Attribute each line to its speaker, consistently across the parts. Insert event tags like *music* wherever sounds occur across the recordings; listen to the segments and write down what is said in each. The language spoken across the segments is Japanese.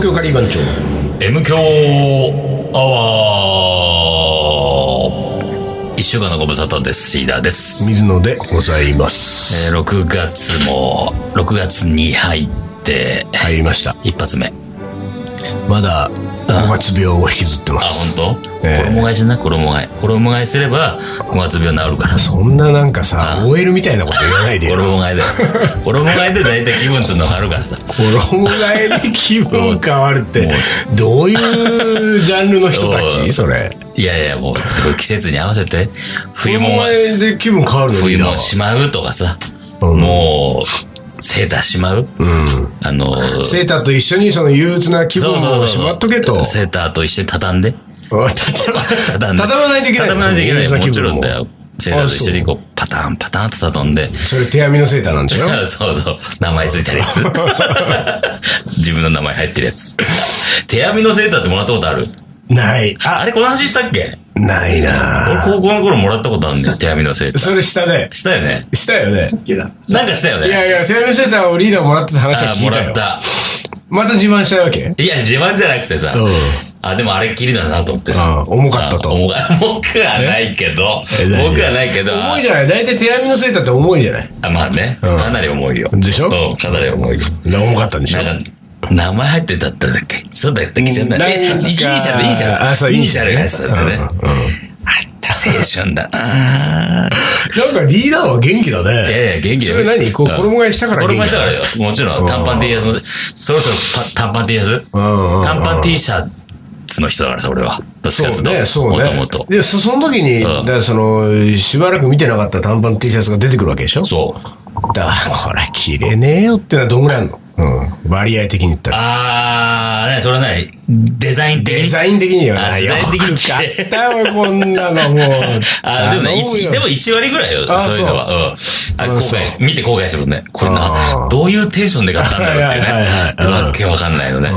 Speaker 1: 強カリー番長
Speaker 2: M 強アワー一週間のご無沙汰です。シーダーです。
Speaker 3: 水野でございます。
Speaker 2: えー、6月も、6月に入って、
Speaker 3: 入りました。
Speaker 2: 一発目。
Speaker 3: まだ、5月病を引きずってま
Speaker 2: あ、
Speaker 3: す。
Speaker 2: 本当、
Speaker 3: ええ
Speaker 2: 衣替えしな、衣替え。衣替えすれば、5月病治るから。
Speaker 3: そんななんかさ、OL みたいなこと言わないでよ。 *laughs*
Speaker 2: 衣替えだよ。衣替えで大体気分つんの変わるからさ。
Speaker 3: 衣替えで気分変わるって、どういうジャンルの人た
Speaker 2: そ
Speaker 3: ち
Speaker 2: う
Speaker 3: それ。
Speaker 2: いやいや、もう、季節に合わせて、冬もん
Speaker 3: 衣
Speaker 2: は、
Speaker 3: 替えで気分変わるのいい
Speaker 2: 冬
Speaker 3: な
Speaker 2: も。しまうとかさ、
Speaker 3: うん
Speaker 2: もう、セーターしまう、
Speaker 3: うん。
Speaker 2: あの、
Speaker 3: セーターと一緒にその憂鬱な気分もしまっとけと。
Speaker 2: セーターと一緒に畳ん
Speaker 3: あ
Speaker 2: で。
Speaker 3: 畳ま
Speaker 2: 畳んで
Speaker 3: 畳まないといけないの。
Speaker 2: 畳まないといけない。
Speaker 3: その憂
Speaker 2: も
Speaker 3: 鬱
Speaker 2: ち
Speaker 3: 気分
Speaker 2: ろんだよ。セーターと一緒にこう、パタンパタンと畳んで。
Speaker 3: *laughs* それ手編みのセーターなんでしょ
Speaker 2: そうそう。名前ついてるやつ。 *laughs* 自分の名前入ってるやつ。手編みのセーターってもらったことある
Speaker 3: *laughs* ない。あ、
Speaker 2: あれこの話したっけ
Speaker 3: ないな
Speaker 2: 俺高校の頃もらったことあるんだよ、手編みのセーター。
Speaker 3: それ下で。
Speaker 2: したよね。
Speaker 3: したよね。
Speaker 2: なんかしたよね。
Speaker 3: いやいや、セールセーターをリーダーもらったって話は
Speaker 2: あ
Speaker 3: 聞
Speaker 2: も
Speaker 3: いた
Speaker 2: らっ
Speaker 3: よ。
Speaker 2: た。
Speaker 3: また自慢したいわけ
Speaker 2: いや、自慢じゃなくてさ
Speaker 3: うん。
Speaker 2: あ、でもあれっきりだなと思ってさ。
Speaker 3: うん重かったと
Speaker 2: あ重か僕はないけど
Speaker 3: ええ。何
Speaker 2: 僕はないけど。
Speaker 3: 重いじゃない大体手編みのセーターって重いじゃない
Speaker 2: あまあね、
Speaker 3: うん
Speaker 2: かなり重いよ。
Speaker 3: でしょ
Speaker 2: うん、かなり重いよ。
Speaker 3: 重かったんでしょ
Speaker 2: なんか、名前入ってたったんだっけそうだったっけじゃな
Speaker 3: なん
Speaker 2: い。
Speaker 3: か
Speaker 2: えイニシャル、イニシャル。
Speaker 3: あそう
Speaker 2: イニシャルが入ってたんだね。あっ
Speaker 3: うんうん
Speaker 2: た青春だ
Speaker 3: *laughs* な
Speaker 2: な
Speaker 3: んかリーダーは元気だ
Speaker 2: い
Speaker 3: ね。
Speaker 2: やいや、元気だ
Speaker 3: それ何こう衣替えしたから
Speaker 2: 元
Speaker 3: 元
Speaker 2: 気
Speaker 3: 気
Speaker 2: 衣替えしたからよ。もちろん、短パン T シャツの、そろそろパ短パン T シャツ
Speaker 3: うんうんうん
Speaker 2: 短パン T シャツの人だからさ、俺は。どっち
Speaker 3: そ
Speaker 2: かっていうと
Speaker 3: ね、そうね。
Speaker 2: もともと。
Speaker 3: で、そ、その時に、
Speaker 2: う
Speaker 3: だ
Speaker 2: ん
Speaker 3: からその、しばらく見てなかった短パン T シャツが出てくるわけでしょ
Speaker 2: そう。
Speaker 3: だから、これ着れねえよってのはどんぐらいあんのうん。割合的に言ったら。
Speaker 2: あー、ねそれは何デザイン的に
Speaker 3: デザイン的によ
Speaker 2: あ
Speaker 3: な。
Speaker 2: デ
Speaker 3: よ
Speaker 2: ザイン
Speaker 3: く
Speaker 2: 的に。
Speaker 3: 買ったわ、こんなのもう
Speaker 2: あでもね、一でも1割ぐらいよ、
Speaker 3: あ
Speaker 2: そういうのは。うん。あ、後
Speaker 3: そう
Speaker 2: 悔、見て後悔するね。これな
Speaker 3: あ、ー
Speaker 2: どういうテンションで買ったんだろうって
Speaker 3: はいはい
Speaker 2: い
Speaker 3: は
Speaker 2: う
Speaker 3: い
Speaker 2: ね。
Speaker 3: はい
Speaker 2: わけわかんないのね。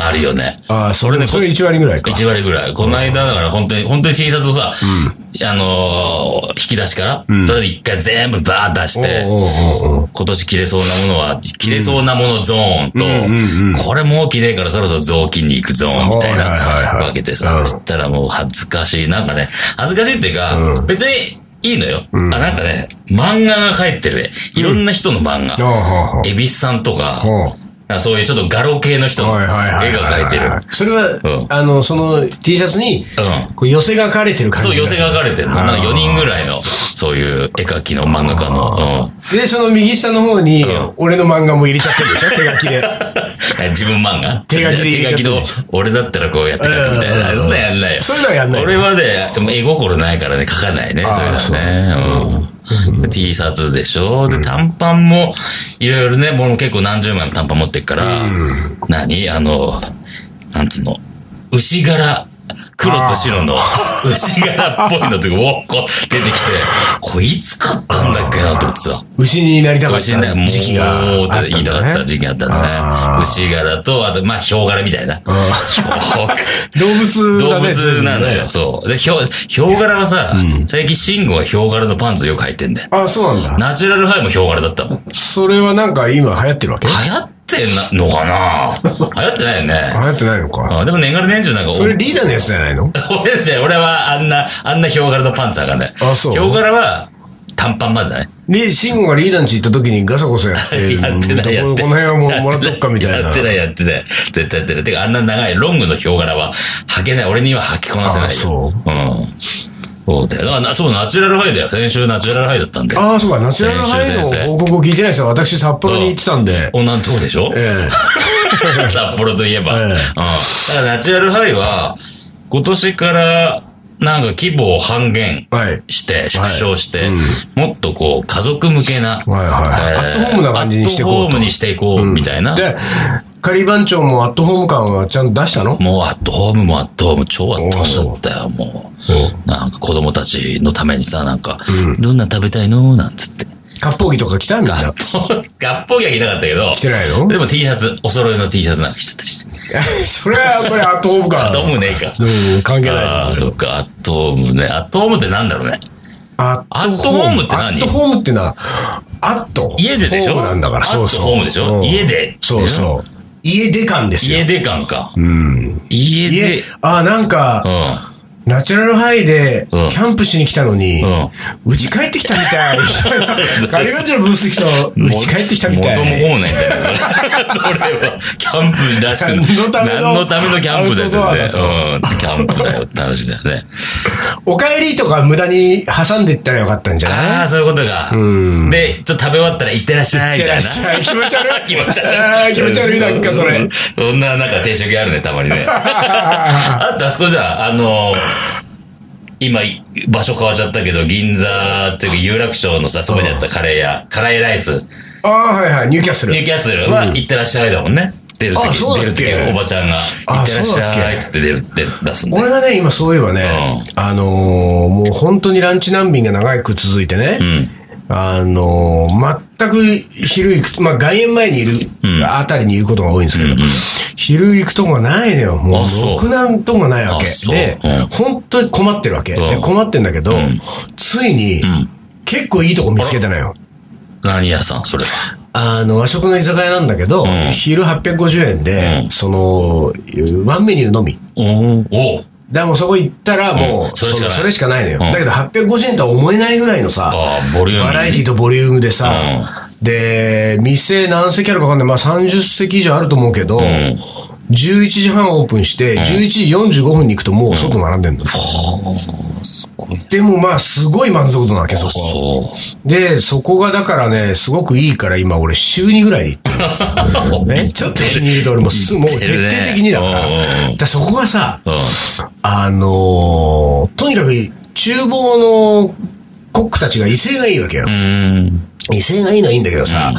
Speaker 2: あるよね。
Speaker 3: ああ、それね、それ1割ぐらいか。
Speaker 2: 1割ぐらい。この間、だから本当に、本当に T シャツをさ、あのー、引き出しから、とりあえず一回全部バーッ出して、
Speaker 3: おうおうおう
Speaker 2: 今年着れそうなものは、着れそうなものゾーンと、これもう着ねえからそろそろ雑巾に行くゾーンみたいな
Speaker 3: はいはいはいはい
Speaker 2: わけでさ、
Speaker 3: うん
Speaker 2: そしたらもう恥ずかしい。なんかね、恥ずかしいっていうか、別にいいのよ。あ、なんかね、漫画が入ってるね。いろんな人の漫
Speaker 3: おう
Speaker 2: 画。
Speaker 3: おう
Speaker 2: エビスさんとか
Speaker 3: おう、おう
Speaker 2: なんかそういうちょっと画廊系の人の
Speaker 3: はい
Speaker 2: 絵
Speaker 3: はいはいはい
Speaker 2: が描いてる。
Speaker 3: それは、
Speaker 2: ん
Speaker 3: あの、その T シャツに、
Speaker 2: うん
Speaker 3: こう寄せが書かれてる感じ
Speaker 2: そう、寄せが描かれてるの。なんか
Speaker 3: あー
Speaker 2: 4人ぐらいの、そういう絵描きの漫画家の、うん
Speaker 3: で、その右下の方に
Speaker 2: ん、
Speaker 3: 俺の漫画も入れちゃってるでしょ手書き
Speaker 2: *laughs*
Speaker 3: で。
Speaker 2: え自分漫画
Speaker 3: 手書きで入れちゃってる
Speaker 2: 手書きの、俺だったらこうやって書くみたいな。
Speaker 3: うん
Speaker 2: そんなんやんないよ。
Speaker 3: そういうのはやんない
Speaker 2: 俺はね、でも絵心ないからね、書かないね、
Speaker 3: あー
Speaker 2: それだね。うん T シャツでしょで、短パンも、いろいろね、もう結構何十枚も短パン持ってっから、何あの、なんつうの、牛柄。黒と白の牛柄っぽいのとか、おっこう出てきて、これいつ買ったんだっけなと思ってさ。
Speaker 3: 牛になりたかっ
Speaker 2: 牛ね、
Speaker 3: た
Speaker 2: もう、
Speaker 3: 時期があったんだ、ね。
Speaker 2: 言いたかった時期があったんだね。
Speaker 3: あー
Speaker 2: 牛柄と、あと、まあ、ヒョウ柄みたいな。
Speaker 3: 動物
Speaker 2: *laughs* 動
Speaker 3: だね。
Speaker 2: 物なのよ。そう。で、ヒョウ、ヒョウ柄はさ、最近シンゴはヒョウ柄のパンツよく履いてんだよ。
Speaker 3: あ、そうなんだ。
Speaker 2: ナチュラルハイもヒョウ柄だったもん。流
Speaker 3: それはなんか今流行ってるわけ流
Speaker 2: 行ってんの
Speaker 3: *laughs*
Speaker 2: かな流行ってないよね。
Speaker 3: 行ってないのか。
Speaker 2: あでも年がら年中なんか、
Speaker 3: それリーダーのやつじゃないの
Speaker 2: お *laughs* 俺じゃ俺はあんな、あんなヒョウ柄のパンツはかんない。
Speaker 3: あそう
Speaker 2: ヒョウ柄は短パンまでだね。
Speaker 3: リ、シンゴがリーダーの家行った時にガサゴ *laughs* サやって、
Speaker 2: やってない、や
Speaker 3: ど
Speaker 2: っ
Speaker 3: こ
Speaker 2: て
Speaker 3: こ
Speaker 2: ない。
Speaker 3: の辺はもうもらっとくかみたいな。
Speaker 2: やってない、やってない。絶対やってない。てか、あんな長いロングのヒョウ柄は履けない。俺には履きこなせないよ。。
Speaker 3: あそう
Speaker 2: うん。そうだよ。だからな、そう、ナチュラルハイだよ。先週ナチュラルハイだったんで。
Speaker 3: ああ、そうか、ナチュラルハイの報告を聞いてない人は、私、札幌に行ってたんで、
Speaker 2: 女のとこでしょ、
Speaker 3: え
Speaker 2: *laughs* 札幌といえば。
Speaker 3: ええ
Speaker 2: うん。だからナチュラルハイは、今年から、なんか規模を半減
Speaker 3: えはい。
Speaker 2: して、縮小して、もっとこう、家族向けな、
Speaker 3: はいはいアットホームな感じにしていこうと
Speaker 2: アットホームにしていこう、みたいな。
Speaker 3: で、仮番長もアットホーム感はちゃんと出したの
Speaker 2: もうアットホームもアットホーム、超アットホームだったよ、もう。なんか子供たちのためにさ、なんか、どんな食べたいのなんつ *laughs* って。
Speaker 3: 割烹着とか着たみたいな。
Speaker 2: 合法着は着なかったけど。
Speaker 3: 着てないの
Speaker 2: でも T シャツ、お揃いの T シャツなんか着ちゃったりして。
Speaker 3: *laughs* それはこれアットホーム
Speaker 2: アッ
Speaker 3: 感。
Speaker 2: トホームねえか。
Speaker 3: うん、関係
Speaker 2: あ
Speaker 3: な
Speaker 2: あ、
Speaker 3: い。
Speaker 2: そっか、アットホームね。アットホームってなんだろうね。
Speaker 3: ア
Speaker 2: アットホームって何
Speaker 3: アットホームってな、アット。
Speaker 2: 家ででしょ
Speaker 3: ホームなんだから、
Speaker 2: アット
Speaker 3: そうそう。
Speaker 2: ホームでしょ
Speaker 3: うん
Speaker 2: 家で
Speaker 3: そうそう。家出感ですよ。
Speaker 2: 家出感か。
Speaker 3: うん。
Speaker 2: 家
Speaker 3: 家
Speaker 2: 出。、
Speaker 3: あ、なん
Speaker 2: う
Speaker 3: か、
Speaker 2: ん。
Speaker 3: ナチュラルハイで、キ
Speaker 2: うん
Speaker 3: ャンプしに来たのに、
Speaker 2: うん。
Speaker 3: うち帰ってきたみた
Speaker 2: *laughs*
Speaker 3: い。ガリガリのブース来たうち帰ってきたみた
Speaker 2: 元も
Speaker 3: い。
Speaker 2: 子もないんだ *laughs* よ、それ。それは、キャンプらしくない。
Speaker 3: 何のための
Speaker 2: 何のためのキャンプだ
Speaker 3: アウトドア
Speaker 2: よ
Speaker 3: だと
Speaker 2: ね。うん。キャンプだよって話だよ *laughs* ね。
Speaker 3: お帰りとか無駄に挟んでいったらよかったんじゃない
Speaker 2: ああ、そういうことか。
Speaker 3: うん。
Speaker 2: で、ちょっと食べ終わったら行ってらっしゃい、みたいな。
Speaker 3: い。 *laughs* 気持ち悪い。
Speaker 2: 気持ち
Speaker 3: あ
Speaker 2: 悪
Speaker 3: ー
Speaker 2: い。
Speaker 3: 気持ち悪いなんかそれ
Speaker 2: うん。そんな、なんか定食屋あるね、
Speaker 3: *laughs*
Speaker 2: たまにね。あと、あそこじゃん、あのー今、場所変わっちゃったけど、銀座っていうか有楽町のさ、そばにあったカレー屋、カレーライス、
Speaker 3: ああ、はいはい、ニューキャッスル。
Speaker 2: ニューキャッスルは行ってらっしゃいだもんね。出ると
Speaker 3: あ
Speaker 2: き
Speaker 3: そう、だっ
Speaker 2: 出る
Speaker 3: け
Speaker 2: とき、おばちゃんが、行
Speaker 3: あ
Speaker 2: ってらっし
Speaker 3: そうだ
Speaker 2: ゃ
Speaker 3: っ
Speaker 2: い
Speaker 3: け
Speaker 2: っつって出る、出る出すんだ
Speaker 3: 俺
Speaker 2: よ。
Speaker 3: がね、今そういえばね、あのーもう本当にランチ難民が長く続いてね、
Speaker 2: ん
Speaker 3: あのー全く昼行く、まあ外苑前にいる、あたりにいることが多いんですけど、昼行くとこがないのよ。も
Speaker 2: あ
Speaker 3: う、
Speaker 2: そう
Speaker 3: ろくなとこがないわけ
Speaker 2: あ。そう
Speaker 3: で、
Speaker 2: うん
Speaker 3: 本当に困ってるわけ。
Speaker 2: うん
Speaker 3: で困ってんだけど、
Speaker 2: ん
Speaker 3: ついに、
Speaker 2: ん
Speaker 3: 結構いいとこ見つけたのよ。
Speaker 2: 何屋さん、それは。
Speaker 3: あの、和食の居酒屋なんだけど、昼850円で、その、ワンメニューのみ。
Speaker 2: おお
Speaker 3: だからもうそこ行ったらも
Speaker 2: うん
Speaker 3: う、
Speaker 2: そ
Speaker 3: そ
Speaker 2: れしかない
Speaker 3: のそれしかないのよ。
Speaker 2: うん
Speaker 3: だけど850円とは思えないぐらいのさ、
Speaker 2: ああ、ボリューム。
Speaker 3: バラエティとボリュームでさ、で、店何席あるかわかんない。まあ30席以上あると思うけど、
Speaker 2: ん
Speaker 3: 11時半オープンして、11時45分に行くともう即並んでんの。
Speaker 2: ああ、すごい。
Speaker 3: でもまあすごい満足度なわけ、そこは。
Speaker 2: そ
Speaker 3: で、そこがだからね、すごくいいから今俺週2ぐらいで行ってる *laughs*
Speaker 2: う。*laughs*
Speaker 3: ね。ちょっと気に入ると俺もすもう徹底的にだから。
Speaker 2: うんうん
Speaker 3: だからそこがさ、
Speaker 2: うん。
Speaker 3: あのーとにかく厨房のコックたちが威勢がいいわけよ。
Speaker 2: うん。
Speaker 3: 威勢がいいのはいいんだけどさ、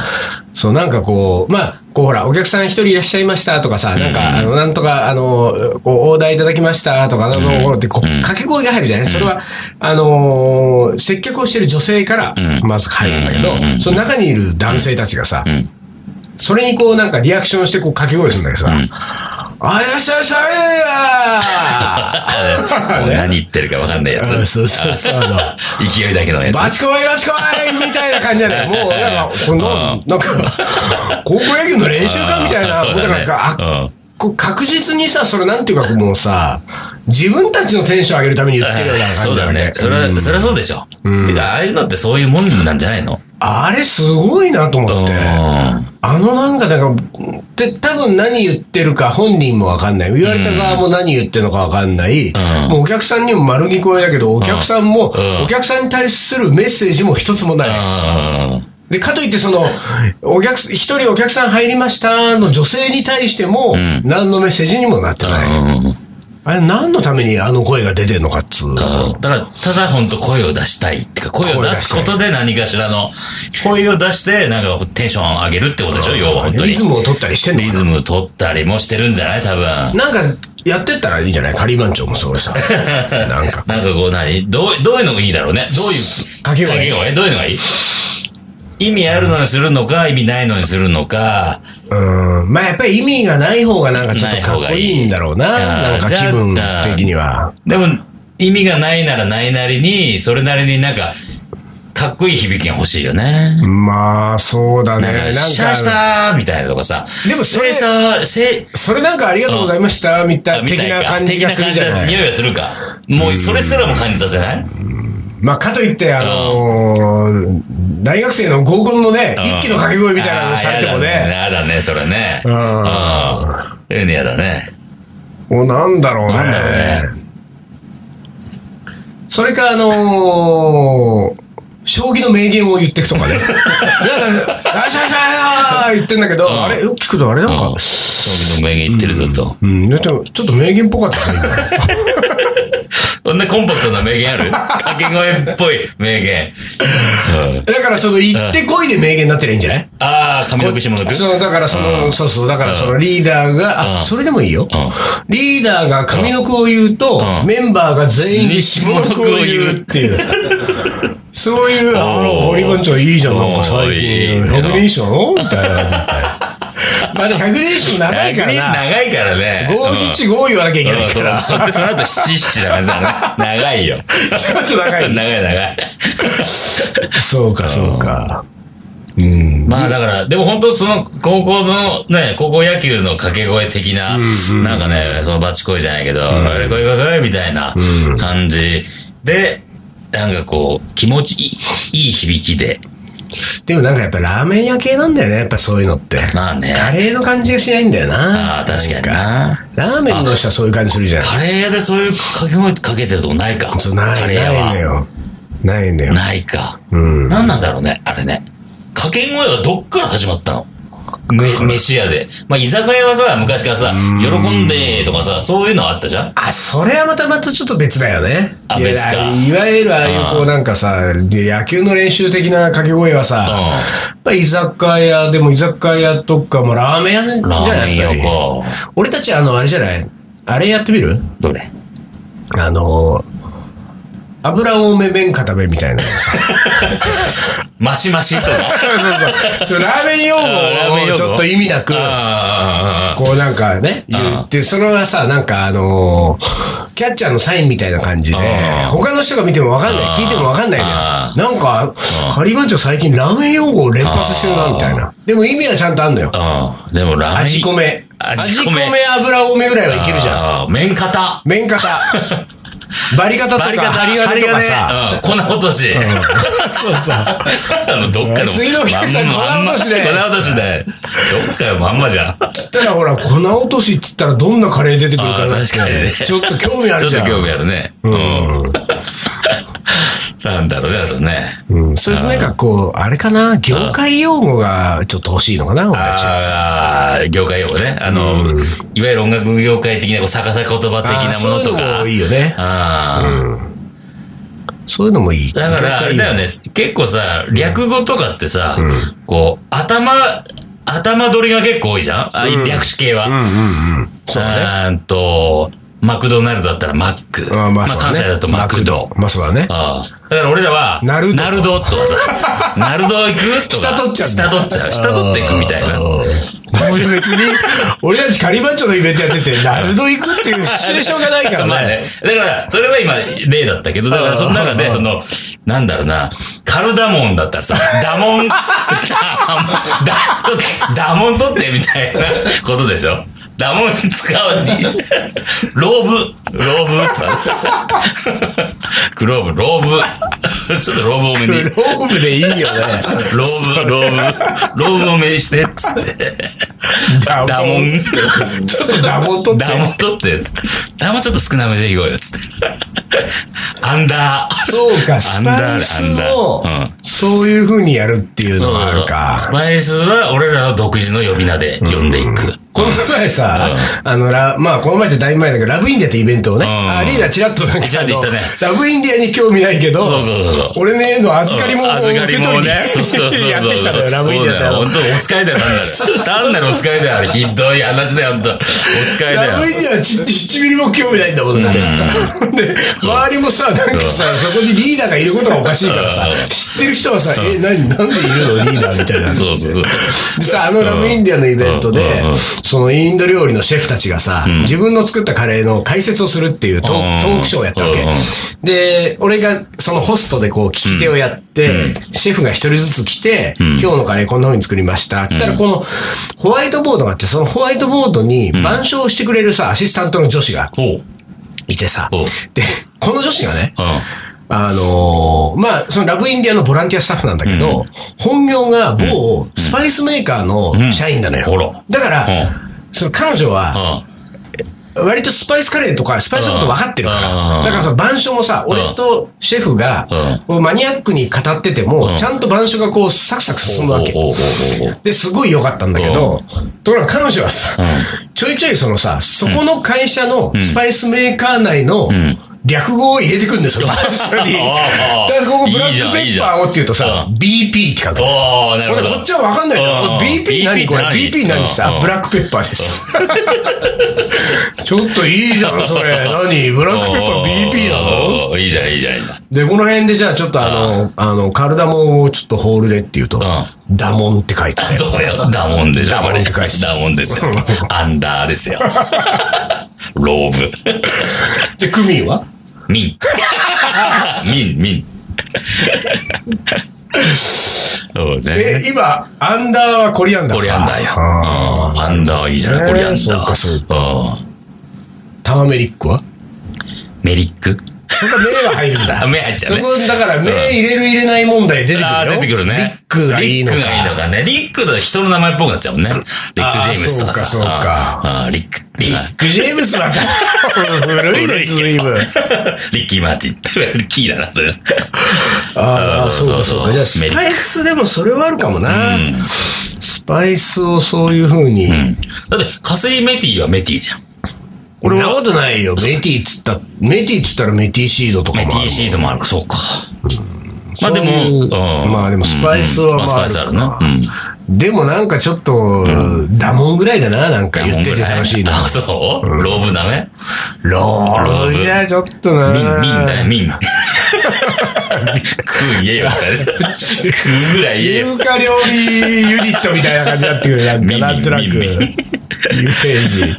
Speaker 3: そうなんかこう、まあ、こうほら、お客さん一人いらっしゃいましたとかさ、なんか、あの、なんとか、あの、こう、オーダーいただきましたとか、などころって、こう、掛け声が入るじゃない、それは、あのー接客をしてる女性から、まず入るんだけど、その中にいる男性たちがさ、
Speaker 2: ん
Speaker 3: それにこう、なんかリアクションして、こう、掛け声するんだけどさ、あ、いらっしゃいましゃいや *laughs*
Speaker 2: もう何言ってるか分かんないやつ
Speaker 3: ー。そうそうそう。あ *laughs* の
Speaker 2: 勢いだけのやつ。
Speaker 3: バチコイバチコイみたいな感じじゃない
Speaker 2: *laughs*
Speaker 3: もう、なんか、この、なんか、高校野球の練習かみたいな、
Speaker 2: うん
Speaker 3: もうだからか、
Speaker 2: うん
Speaker 3: あこう確実にさ、それなんていうか、もうさ、自分たちのテンション上げるために言ってるような
Speaker 2: そ
Speaker 3: 感
Speaker 2: う
Speaker 3: じだ
Speaker 2: だ
Speaker 3: よ
Speaker 2: ね
Speaker 3: ね。。
Speaker 2: それは、それはそうでしょ。てか、ああいうのってそういうもんなんじゃないの
Speaker 3: あれすごいなと
Speaker 2: う
Speaker 3: 思って。
Speaker 2: ん。
Speaker 3: あのなんか、なんか、で、多分何言ってるか本人もわかんない。言われた側も何言ってるのかわかんない。
Speaker 2: ん
Speaker 3: もうお客さんにも丸聞こえだけど、お客さんも、
Speaker 2: うん
Speaker 3: お客さんに対するメッセージも一つもない。で、かといってその、お客、一人お客さん入りましたの女性に対しても、何のメッセージにもなってない。
Speaker 2: うん。
Speaker 3: あれ何のためにあの声が出てんのかっつう。
Speaker 2: だから、ただ本当声を出したい。ってか、声を出すことで何かしらの、声を出して、なんかテンション上げるってことでしょ要は本当に。
Speaker 3: リズムを取ったりしてんの
Speaker 2: リズム取ったりもしてるんじゃない多分。
Speaker 3: なんか、やってったらいいんじゃないカリーマン長もそうさ。 *laughs* なんか。
Speaker 2: なんかこう何どう、どういうのがいいだろうねどういう。
Speaker 3: かけ声
Speaker 2: かけ声どういうのがいい意味あるのにするのか、意味ないのにするのか。
Speaker 3: うん。まあやっぱり意味がない方がなんかちょっとかっこいいんだろうな。
Speaker 2: ない方がいい
Speaker 3: なんか気分的には。
Speaker 2: でも、意味がないならないなりに、それなりになんか、かっこいい響きが欲しいよね。
Speaker 3: まあ、そうだね。
Speaker 2: なん
Speaker 3: なん
Speaker 2: か、
Speaker 3: か。
Speaker 2: シャーしたーみたいなとかさ。
Speaker 3: でもそれ
Speaker 2: シャー、せ、
Speaker 3: それなんかありがとうございました、みたいな、的な感じがするじゃ
Speaker 2: 的な感
Speaker 3: ない
Speaker 2: が匂いがするか。もう、それすらも感じさせない
Speaker 3: まあ、かといって、あのー大学生の合コンのね、一気の掛け声みたいなのされても
Speaker 2: あー
Speaker 3: ね、
Speaker 2: やだね、やだねそれね。
Speaker 3: うん
Speaker 2: そういうのやだね。
Speaker 3: もうなんだろうね。
Speaker 2: なんだろうね
Speaker 3: それか、あのー将棋の名言を言ってくとかね。なんか、あしゃしゃー言ってんだけど、あれ、よく聞くとあれなんか、
Speaker 2: 将棋の名言言ってるぞと。
Speaker 3: うん、ちょっとちょっと名言っぽかったですね、
Speaker 2: そんなコンパクトな名言
Speaker 3: *laughs*
Speaker 2: ある掛け声っぽい名言。うん
Speaker 3: 今だから、その、言ってこいで名言になってりゃいいんじゃない
Speaker 2: ああ、上の句下の句
Speaker 3: その、だからその、
Speaker 2: うん
Speaker 3: そうそう、だからそのリーダーが、
Speaker 2: うん
Speaker 3: あ、それでもいいよ。リーダーが上の句を言うと、
Speaker 2: うん
Speaker 3: メンバーが全員で下の句を言うっていう。 *laughs* そういう、あの、堀番長いいじゃん、なんか最近。
Speaker 2: おーいい
Speaker 3: 100人一首なのみたいな。まあね、100人一首長いから
Speaker 2: 百人一首
Speaker 3: な。
Speaker 2: 長いからね。
Speaker 3: 五
Speaker 2: うん
Speaker 3: 七五言わなきゃいけ
Speaker 2: うん
Speaker 3: ない
Speaker 2: そ
Speaker 3: か
Speaker 2: う
Speaker 3: ら。
Speaker 2: そしてその
Speaker 3: *laughs*
Speaker 2: 後七七だからさ、長いよ。
Speaker 3: ちょっと長
Speaker 2: 長い
Speaker 3: い。
Speaker 2: 長い。
Speaker 3: そうか、そうか。うん。
Speaker 2: まあだから、でも本当その高校のね、高校野球の掛け声的な、なんかね、そのバチ恋じゃないけど、おいこいこいこいみたいな感じで、なんかこう、気持ちいい、いい響きで、
Speaker 3: でもなんかやっぱラーメン屋系なんだよね、やっぱそういうのって。
Speaker 2: まあね
Speaker 3: カレーの感じがしないんだよな。
Speaker 2: ああ、確かに
Speaker 3: ん
Speaker 2: な。
Speaker 3: ラーメンの人はそういう感じするじゃん。
Speaker 2: カレー屋でそういう掛け声かけてるとこないか。
Speaker 3: そうな
Speaker 2: カ
Speaker 3: い、
Speaker 2: レー屋
Speaker 3: ないの
Speaker 2: は。
Speaker 3: よ。ないのよ。
Speaker 2: ないか。
Speaker 3: うん。
Speaker 2: 何なんだろうね、あれね。掛け声はどっから始まったのめ、飯屋で。まあ、居酒屋はさ、昔からさ、喜んでーとかさ、そういうのあったじゃん
Speaker 3: あ、それはまたまたちょっと別だよね。
Speaker 2: あ
Speaker 3: いや
Speaker 2: 別か
Speaker 3: いわゆるああいうこ
Speaker 2: う
Speaker 3: うんなんかさ、で野球の練習的な掛け声はさ、
Speaker 2: う
Speaker 3: やっぱ居酒屋でも居酒屋とかもラーメン屋じゃ
Speaker 2: ん。ラー
Speaker 3: な
Speaker 2: メ
Speaker 3: い
Speaker 2: ン
Speaker 3: やっぱり
Speaker 2: 屋か。
Speaker 3: 俺たちあの、あれじゃないあれやってみる
Speaker 2: どれ
Speaker 3: あの油多め麺固めみたいな。
Speaker 2: マシマシとか。
Speaker 3: そうそう。ラーメン用語をちょっと意味なく、
Speaker 2: あー
Speaker 3: こうなんかね、言って、それはさ、なんかあのーキャッチャーのサインみたいな感じで
Speaker 2: あ、ー
Speaker 3: 他の人が見てもわかんない
Speaker 2: あ、ー
Speaker 3: 聞いてもわかんない
Speaker 2: あ
Speaker 3: のよ。なんか、カリーマンチョ最近ラーメン用語を連発してるな、みたいな。でも意味はちゃんとあんのよ。
Speaker 2: うん。でもラーメン。
Speaker 3: 味米。
Speaker 2: 味
Speaker 3: 味
Speaker 2: 米
Speaker 3: 米油多めぐらいはいけるじゃん。
Speaker 2: ゃん。麺型。
Speaker 3: 麺
Speaker 2: *laughs*
Speaker 3: 型。バリ型とか、
Speaker 2: バリ型。
Speaker 3: 針金とかさ。
Speaker 2: 針金ねうん粉落とし。 *laughs*
Speaker 3: そうさ。
Speaker 2: あのどっかの。
Speaker 3: 次のお客さん
Speaker 2: まま
Speaker 3: 粉落としで
Speaker 2: 粉落としで。どっかよ、まんまじゃん。
Speaker 3: つったらほら、粉落としっつったらどんなカレー出てくるかな
Speaker 2: あー
Speaker 3: って
Speaker 2: 確かにね
Speaker 3: ちょっと興味あ
Speaker 2: ち
Speaker 3: る
Speaker 2: ょっ
Speaker 3: じ
Speaker 2: と
Speaker 3: ゃん。
Speaker 2: 興味あるね。うん。 *laughs* なんだろうね、あとね。
Speaker 3: うん、それとなんかこう、あれかな、業界用語がちょっと欲しいのかな、俺たちは。
Speaker 2: ああ、業界用語ね。あの、いわゆる音楽業界的な、こう、逆さ言葉的
Speaker 3: あー
Speaker 2: なものとか。
Speaker 3: そういうのもいいよね。
Speaker 2: ああ、
Speaker 3: そういうのもいい。
Speaker 2: だから、あれ
Speaker 3: 業界用
Speaker 2: だよね、結構さ、略語とかってさ、こう、頭、頭取りが結構多いじゃんあ、略詞系は。
Speaker 3: 語。うんうんうん。そうだね。
Speaker 2: あーんと、マクドナルドだったらマック。
Speaker 3: あーまあそうだ
Speaker 2: 関
Speaker 3: ね。
Speaker 2: 西だとマクド。
Speaker 3: まあそうだね。
Speaker 2: ああ。だから俺らは、
Speaker 3: ナルド
Speaker 2: ナルドとか
Speaker 3: *laughs*
Speaker 2: さ、ナルド行くとか。
Speaker 3: 下取っちゃうんだ
Speaker 2: 下取っちゃう。下取っていくみたいな。
Speaker 3: 別に、俺たちカリバッチョのイベントやってて、ナルド行くっていうシチュエーションがないから
Speaker 2: まあ
Speaker 3: ね。
Speaker 2: ね。だから、それは今、例だったけど、だから、その中で、その、なんだろうな、カルダモンだったらさ、ダモ
Speaker 3: *laughs*
Speaker 2: ン、ダモン、ダダモン取ってみたいなことでしょダモン使うに、ローブ、ローブとか、 *laughs* クローブ、ローブ、ちょっとローブ多めに
Speaker 3: *laughs* ロ。ーブでいいよね。
Speaker 2: ローブ、ローブ、ローブを目にして、つって。 *laughs* ダモン。
Speaker 3: ちょっとダモンとって。
Speaker 2: ダモン取って、つってダモンちょっと少なめでいこうよ、つって。アンダー。
Speaker 3: そうか、スパイスを
Speaker 2: アンダーアンダーうん、
Speaker 3: そういう風にやるっていうのがあるか。
Speaker 2: スパイスは俺らの独自の呼び名で呼んでいく。
Speaker 3: この前さ、あの、ラ、まあ、この前ってだいぶ前だけど、ラブインディアってイベントをね、
Speaker 2: うん
Speaker 3: あリーダーチラッとなんか
Speaker 2: ちらっと言ったね
Speaker 3: あのラブインディアに興味ないけど、
Speaker 2: そうそうそうそう
Speaker 3: 俺ね、の預かり物を受け取りに、
Speaker 2: *laughs* そうそうそうそう
Speaker 3: やってきたのよ、ラブインディアってあ
Speaker 2: そうだよ
Speaker 3: の
Speaker 2: 本。当お疲れだよ、単なる。単なるお疲れだよ、あれひどい話だよ、本当お疲れだよ
Speaker 3: ラブ。インディアはち1ミリも興味ないんだもんだって。で、周りもさ、なんかさ、そこにリーダーがいることがおかしいからさ
Speaker 2: う、ん
Speaker 3: 知ってる人はさ、え、何、なんでいるのリーダーみたいな。
Speaker 2: そうそう。
Speaker 3: でさ、あのラブインディアのイベントで
Speaker 2: うんうん、
Speaker 3: そのインド料理のシェフたちがさ、自分の作ったカレーの解説をするっていうト
Speaker 2: うんうん
Speaker 3: ートークショーをやったわけ
Speaker 2: うんうん。
Speaker 3: で、俺がそのホストでこう聞き手をやって、シェフが一人ずつ来て、今日のカレーこんな風に作りました。ったらこのホワイトボードがあって、そのホワイトボードに板書をしてくれるさ、アシスタントの女子が
Speaker 2: ほう。
Speaker 3: いてさ
Speaker 2: うん、
Speaker 3: で、この女子がね、
Speaker 2: うん。
Speaker 3: あのーまあ、そのラブインディアのボランティアスタッフなんだけど、本業が某スパイスメーカーの社員なのよ。
Speaker 2: うんほら
Speaker 3: だから、
Speaker 2: うん
Speaker 3: その彼女は、割とスパイスカレーとか、スパイスのこと分かってるから、
Speaker 2: うん
Speaker 3: だからその板書もさ、俺とシェフが、
Speaker 2: うん
Speaker 3: こうマニアックに語ってても、ちゃんと板書がこう、サクサク進むわけ。
Speaker 2: ほうほうほうほう
Speaker 3: で、すごい良かったんだけど、ところが彼女はさ、ちょいちょいそのさ、そこの会社のスパイスメーカー内の略語を入れてくるん
Speaker 2: *laughs*
Speaker 3: ですよ、最初に。だ
Speaker 2: ああああ
Speaker 3: からここブラッ
Speaker 2: いいじゃ
Speaker 3: ク
Speaker 2: ん
Speaker 3: ペ
Speaker 2: いい
Speaker 3: ッ
Speaker 2: じ
Speaker 3: パ
Speaker 2: ゃ
Speaker 3: ー
Speaker 2: ん
Speaker 3: をって言うとさ、
Speaker 2: う
Speaker 3: BP って書く。
Speaker 2: おー、なるほ
Speaker 3: 俺
Speaker 2: ど。
Speaker 3: こっちは分かんないじゃん。
Speaker 2: うん
Speaker 3: BP 何これ ?BP 何さ、ブラッ
Speaker 2: ク。
Speaker 3: クペッパーです。ちょっといいじゃん、そ
Speaker 2: *laughs*
Speaker 3: れ。何ブラックペッパー BP なの
Speaker 2: のいいじゃん、いいじゃん、いいじゃん。
Speaker 3: で、この辺でじゃあちょっとあの、あの、カルダモンをちょっとホールでって言うと、
Speaker 2: う
Speaker 3: ダモンって書いてたよ。
Speaker 2: そうよ。ダモンでしょ。
Speaker 3: ダモン
Speaker 2: これ
Speaker 3: って返す
Speaker 2: ダモンですよ。アンダーですよ。ロー
Speaker 3: で、クミンは
Speaker 2: ブ。ミン。ミン、ミン。そうね。
Speaker 3: え、今、アンダーはコリアンダー
Speaker 2: コ
Speaker 3: か
Speaker 2: リアンダーよ。うん
Speaker 3: あー
Speaker 2: アンダーはいいじゃない、コリアンダー。
Speaker 3: そうかそう
Speaker 2: うん
Speaker 3: ターメリックは
Speaker 2: メリック
Speaker 3: そこは *laughs* 目が入るんだ。
Speaker 2: あ、目入っちゃ
Speaker 3: そう
Speaker 2: ね。
Speaker 3: こ、だから目入れる入れない問題出てくるよ
Speaker 2: あー出てくるね。
Speaker 3: リックがいいのか。
Speaker 2: リックがいいのかね。リックだと人の名前っぽくなっちゃうもんね。リック・ジ
Speaker 3: あー
Speaker 2: ェームスとかさ。
Speaker 3: そうかそうか
Speaker 2: あーあーリック。
Speaker 3: リック・ジェームスは古いね、随分。
Speaker 2: *laughs* リッキー・マーチン。リッキーだな、それ。
Speaker 3: ああ、そうかそうか。じゃあ、ス
Speaker 2: メリック
Speaker 3: パイスでもそれはあるかもな。
Speaker 2: うん
Speaker 3: スパイスをそういう風に。
Speaker 2: うんだって、カセリ・メティはメティじゃん。
Speaker 3: 俺は。なことないよ。メティっつった、メティっつったらメティシードとかも
Speaker 2: メ
Speaker 3: あ
Speaker 2: テ
Speaker 3: る。
Speaker 2: ィシードもある。そうか。まあ
Speaker 3: そう
Speaker 2: で
Speaker 3: いう
Speaker 2: も、うん
Speaker 3: まあでもスパイスは
Speaker 2: うんうん
Speaker 3: まあ
Speaker 2: スパイスある
Speaker 3: ある
Speaker 2: な。
Speaker 3: か
Speaker 2: うん。
Speaker 3: でもなんかちょっと、ダモンぐらいだな、なんか言ってて楽しいな
Speaker 2: あ、。そうローブだね。
Speaker 3: ロ
Speaker 2: ロ
Speaker 3: ー
Speaker 2: ー
Speaker 3: ル
Speaker 2: ル
Speaker 3: じゃちょっとな。
Speaker 2: ミン、ミンだよ、ミン。 *laughs* 食う言えよ。食うぐらい言えよ。
Speaker 3: 中華料理ユニットみたいな感じになってくる。なんか、
Speaker 2: ミンミン
Speaker 3: なんとなく。イ
Speaker 2: ミンミン
Speaker 3: メージ。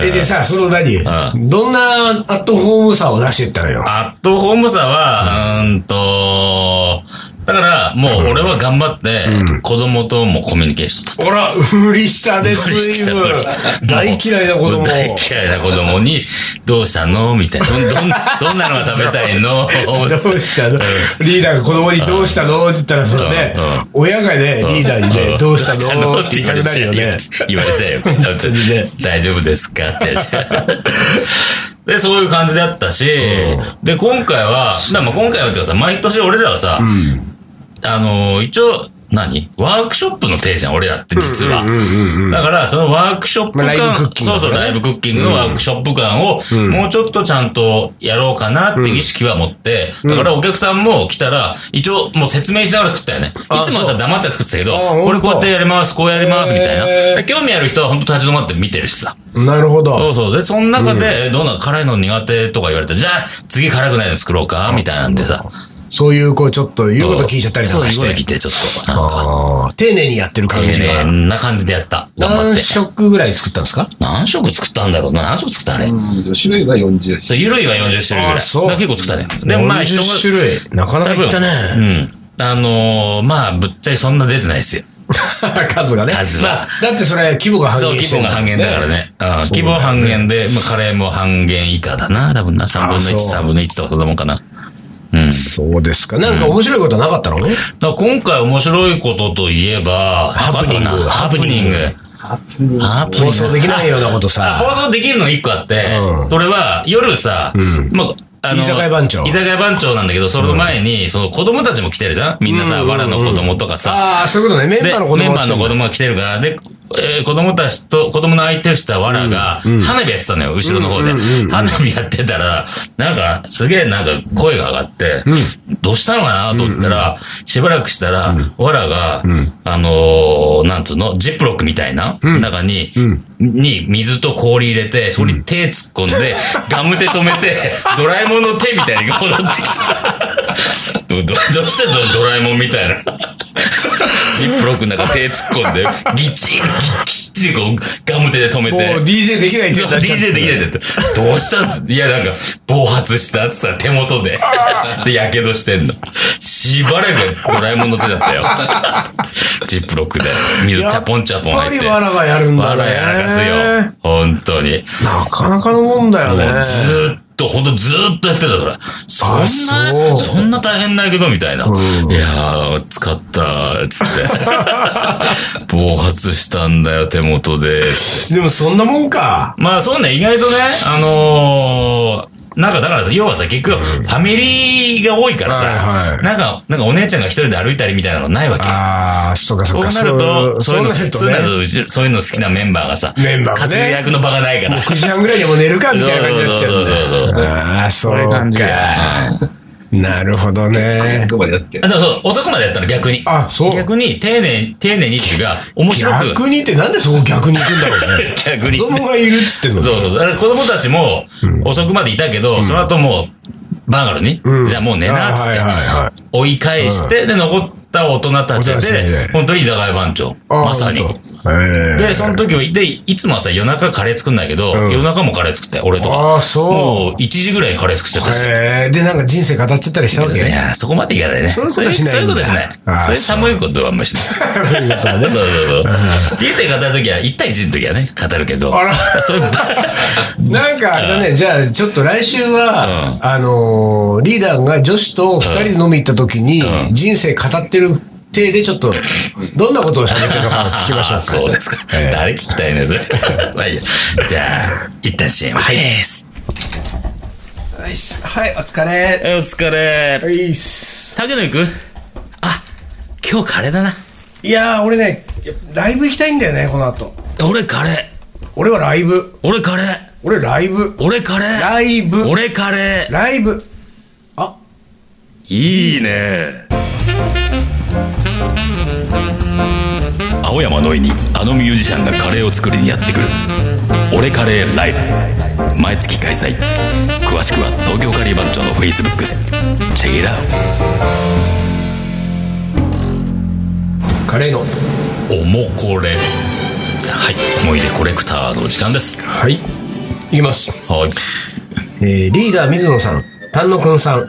Speaker 3: え、でさ、その何
Speaker 2: う
Speaker 3: どんなアットホームさを出してったのよ。
Speaker 2: アットホームさは、うーんと、だから、もう俺は頑張って、子供ともコミュニケーション取っ
Speaker 3: ほら、無理した
Speaker 2: *laughs*
Speaker 3: ね、随分
Speaker 2: た。
Speaker 3: 大嫌いな子
Speaker 2: も
Speaker 3: 供
Speaker 2: う。大嫌いな子供に、どうしたのみたいな。どん、どん、どんなのが食べたいの
Speaker 3: どうしたのリーダーが子供にどうしたのって言ったら、そのね
Speaker 2: うんうん、
Speaker 3: 親がね、リーダーにね、どうしたのって言いたくなるよね。
Speaker 2: 言われちゃうよ。本当にね大丈夫ですかって。
Speaker 3: *laughs*
Speaker 2: で、そういう感じだったし、で、今回は、だからまあ今回はっていうかさ、毎年俺らはさ、あの、一応、何ワークショップの手じゃん、俺らって実は。だから、そのワークショップ
Speaker 3: まあ
Speaker 2: 感、
Speaker 3: ライブクッキング
Speaker 2: そうそう、ライブクッキングのワークショップ感を、もうちょっとちゃんとやろうかなっていう意識は持って、だからお客さんも来たら、一応もう説明しながら作ったよね。い
Speaker 3: あ
Speaker 2: つもは
Speaker 3: そ
Speaker 2: さ、黙って作ってたけど、
Speaker 3: あ
Speaker 2: これこう
Speaker 3: 本
Speaker 2: やっ
Speaker 3: 当
Speaker 2: てやります、こうやります、みたいな。
Speaker 3: へー
Speaker 2: で興味ある人は本当立ち止まって見てるしさ。
Speaker 3: なるほ
Speaker 2: そ
Speaker 3: ど。
Speaker 2: うそう。で、その中で、どんな辛いの苦手とか言われて、じゃあ、次辛くないの作ろうか、みたいなんでさ。
Speaker 3: そういう、こう、ちょっと言うこと聞いちゃったりなんかし
Speaker 2: そう、言うこと聞
Speaker 3: て
Speaker 2: い。て、ちょっと、なんか。
Speaker 3: あー丁寧にやってる感じ
Speaker 2: 丁
Speaker 3: が。
Speaker 2: 寧な感じでやった。頑張っ
Speaker 3: 何
Speaker 2: て。
Speaker 3: 色ぐらい作ったんですか
Speaker 2: 何色作ったんだろうな何色作ったあれ。
Speaker 1: うん種類が40
Speaker 2: そう、ゆるいは40種類ぐらい。
Speaker 3: あそう
Speaker 2: だから結構作ったね。でもまあ人が。
Speaker 3: 40種類。なかなかいった
Speaker 2: う
Speaker 3: ね。
Speaker 2: ん。あのー、まあぶっちゃけそんな出てないですよ。
Speaker 3: *laughs* 数がね。
Speaker 2: 数は
Speaker 3: まあだってそれ、規模が半
Speaker 2: そう、
Speaker 3: 減して
Speaker 2: 規模
Speaker 3: る
Speaker 2: が半減だから。ね。うん、規模半減で、まあカレーも半減以下だな。多分な。3分の1、
Speaker 3: あそう
Speaker 2: 3分の1とかそんなもんかな。うん。
Speaker 3: そうですか。なんか面白いことはなかったのね。
Speaker 2: だから今回面白いことといえば、
Speaker 3: ハプニング
Speaker 2: なんかあったかなハプニング。
Speaker 1: 発に
Speaker 2: ハプニング
Speaker 3: 放送できないようなことさ
Speaker 2: あ放送できるのが一個あって、
Speaker 3: うん
Speaker 2: それは夜さ、まあ、あ
Speaker 3: 居酒屋番長
Speaker 2: 居酒屋番長なんだけど、その前に、その子供たちも来てるじゃんみんなさ、
Speaker 3: うん
Speaker 2: わらの子供とかさ、
Speaker 3: ああ、そういうことね。メンバーの子供
Speaker 2: メンバーの子
Speaker 3: 供。
Speaker 2: 供が来てるから、で、えー子供たちと、子供の相手をしたわらが、花火やってたのよ、後ろの方で。花火やってたら、なんか、すげえなんか声が上がって、どうしたのかなと思ったら、しばらくしたら、わらが、あのー、なんつうの、ジップロックみたいな、中に、に、水と氷入れて、そこに手突っ込んで、
Speaker 3: *laughs*
Speaker 2: ガム手止めて、ドラえもんの手みたいに戻ってきた。ど *laughs* どどうしてそのドラえもんみたいな。ジップロックの中手突っ込んで、ぎっちり、きっちりこう、ガム手で止め
Speaker 3: もう
Speaker 2: て。
Speaker 3: DJ できないって
Speaker 2: そう
Speaker 3: なっ
Speaker 2: DJ
Speaker 3: ちゃって
Speaker 2: できないってどうしたんいや、なんか、暴発したってさ、手元で。で、やけどしてんの。しばらくドラえもんの手だったよ。ジップロックで。水チャポンチャポン入って。
Speaker 3: やっぱりわらがやるんだね。
Speaker 2: わらやらかすよ。本当に。
Speaker 3: なかなかのもんだよ
Speaker 2: もう
Speaker 3: ね。
Speaker 2: ずーっと、ほんとずーっとやってたから。そ
Speaker 3: あ
Speaker 2: んな、
Speaker 3: そう
Speaker 2: そんな大変だけど、みたいな。いやー、使った、つって。 *laughs* 暴発したんだよ、手元で。
Speaker 3: でもそんなもんか。
Speaker 2: まあそうね、意外とね、あのー、なんかだからさ、要はさ、結局、ファミリーが多いからさ、
Speaker 3: はいはい
Speaker 2: なんか、なんかお姉ちゃんが一人で歩いたりみたいなのないわけ。
Speaker 3: ああ、そうかそ
Speaker 2: そうう
Speaker 3: か。
Speaker 2: なると、
Speaker 3: そ
Speaker 2: そういううの、
Speaker 3: なると
Speaker 2: そういう
Speaker 3: ね。
Speaker 2: のうちそういうの好きなメンバーがさ、
Speaker 3: メンバーもね
Speaker 2: 活躍の場がないから。
Speaker 3: 9時半ぐらいにもう寝るかみたいな感じになっちゃうん
Speaker 2: そうそうそうそ
Speaker 3: だ。ああー、そうか。
Speaker 2: うん
Speaker 3: なるほどね
Speaker 1: そ。こまでやって
Speaker 2: あ、。でもそう、遅くまでやったの逆に。
Speaker 3: あ、そう。
Speaker 2: 逆に、丁寧に、丁寧にっていうか、面白く。。
Speaker 3: 逆にってなんでそこ逆に行くんだろうね
Speaker 2: 逆
Speaker 3: 子供がいるっつってんのに
Speaker 2: そうそう。だから子供たちも、遅くまでいたけど、その後もう、バーガルに、
Speaker 3: うん
Speaker 2: じゃあもう寝な、っつっ
Speaker 3: はい
Speaker 2: て、
Speaker 3: はいはいはい
Speaker 2: 追い返して、で、残った大人たち
Speaker 3: 大人たち
Speaker 2: で
Speaker 3: で、
Speaker 2: 本当に居酒屋番長。
Speaker 3: あー
Speaker 2: まさに
Speaker 3: 本。ええ
Speaker 2: で、その時は、で、いつもはさ、夜中カレー作んないけど、
Speaker 3: うん
Speaker 2: 夜中もカレー作って、俺とか。
Speaker 3: ああ、そう。
Speaker 2: もう、1時ぐらいにカレー作っちゃったし。
Speaker 3: へえで、なんか人生語っちゃったりしたわけ
Speaker 2: いや、そこまでいかないね。
Speaker 3: そういうことしないんだ
Speaker 2: そういうことしない。
Speaker 3: あー
Speaker 2: そういう寒いことはあんましない。そうそうそう。人生語るときは、1対1のときはね、語るけど。
Speaker 3: あら
Speaker 2: そういう
Speaker 3: *laughs*
Speaker 2: ば、
Speaker 3: なんか、あれだね、じゃあ、ちょっと来週は、
Speaker 2: う
Speaker 3: あのーリーダーが女子と二人で飲み行った時に、人生語ってる体で、ちょっと、どんなことを喋ってるのか聞きましょうか。
Speaker 2: そうですか。
Speaker 3: ええ
Speaker 2: 誰聞きたいの
Speaker 3: *laughs*
Speaker 2: よ、それ。まあいいや。じゃあ、一旦 CM です。
Speaker 3: はいっす、はい、お疲れ。
Speaker 2: お疲れ。
Speaker 3: いいっす。
Speaker 2: 竹野行くあ、今日カレーだな。
Speaker 3: いやー、俺ね、ライブ行きたいんだよね、この後。
Speaker 2: 俺カレー。
Speaker 3: 俺はライブ。
Speaker 2: 俺カレー。
Speaker 3: 俺ライブ。
Speaker 2: 俺カレー。
Speaker 3: ライブ。
Speaker 2: 俺カレ
Speaker 3: ライブ。
Speaker 2: ー。いいね。青山のいにあのミュージシャンがカレーを作りにやってくる「俺カレーライブ」毎月開催詳しくは東京カリー番長のフェイスブックチェックイットアウト
Speaker 3: カレーの。
Speaker 2: おもこれはい思い出コレクターの時間です
Speaker 3: はい。いきます。
Speaker 2: はい
Speaker 3: えーリーダー水野さん、丹野くん
Speaker 2: *laughs*
Speaker 3: さん。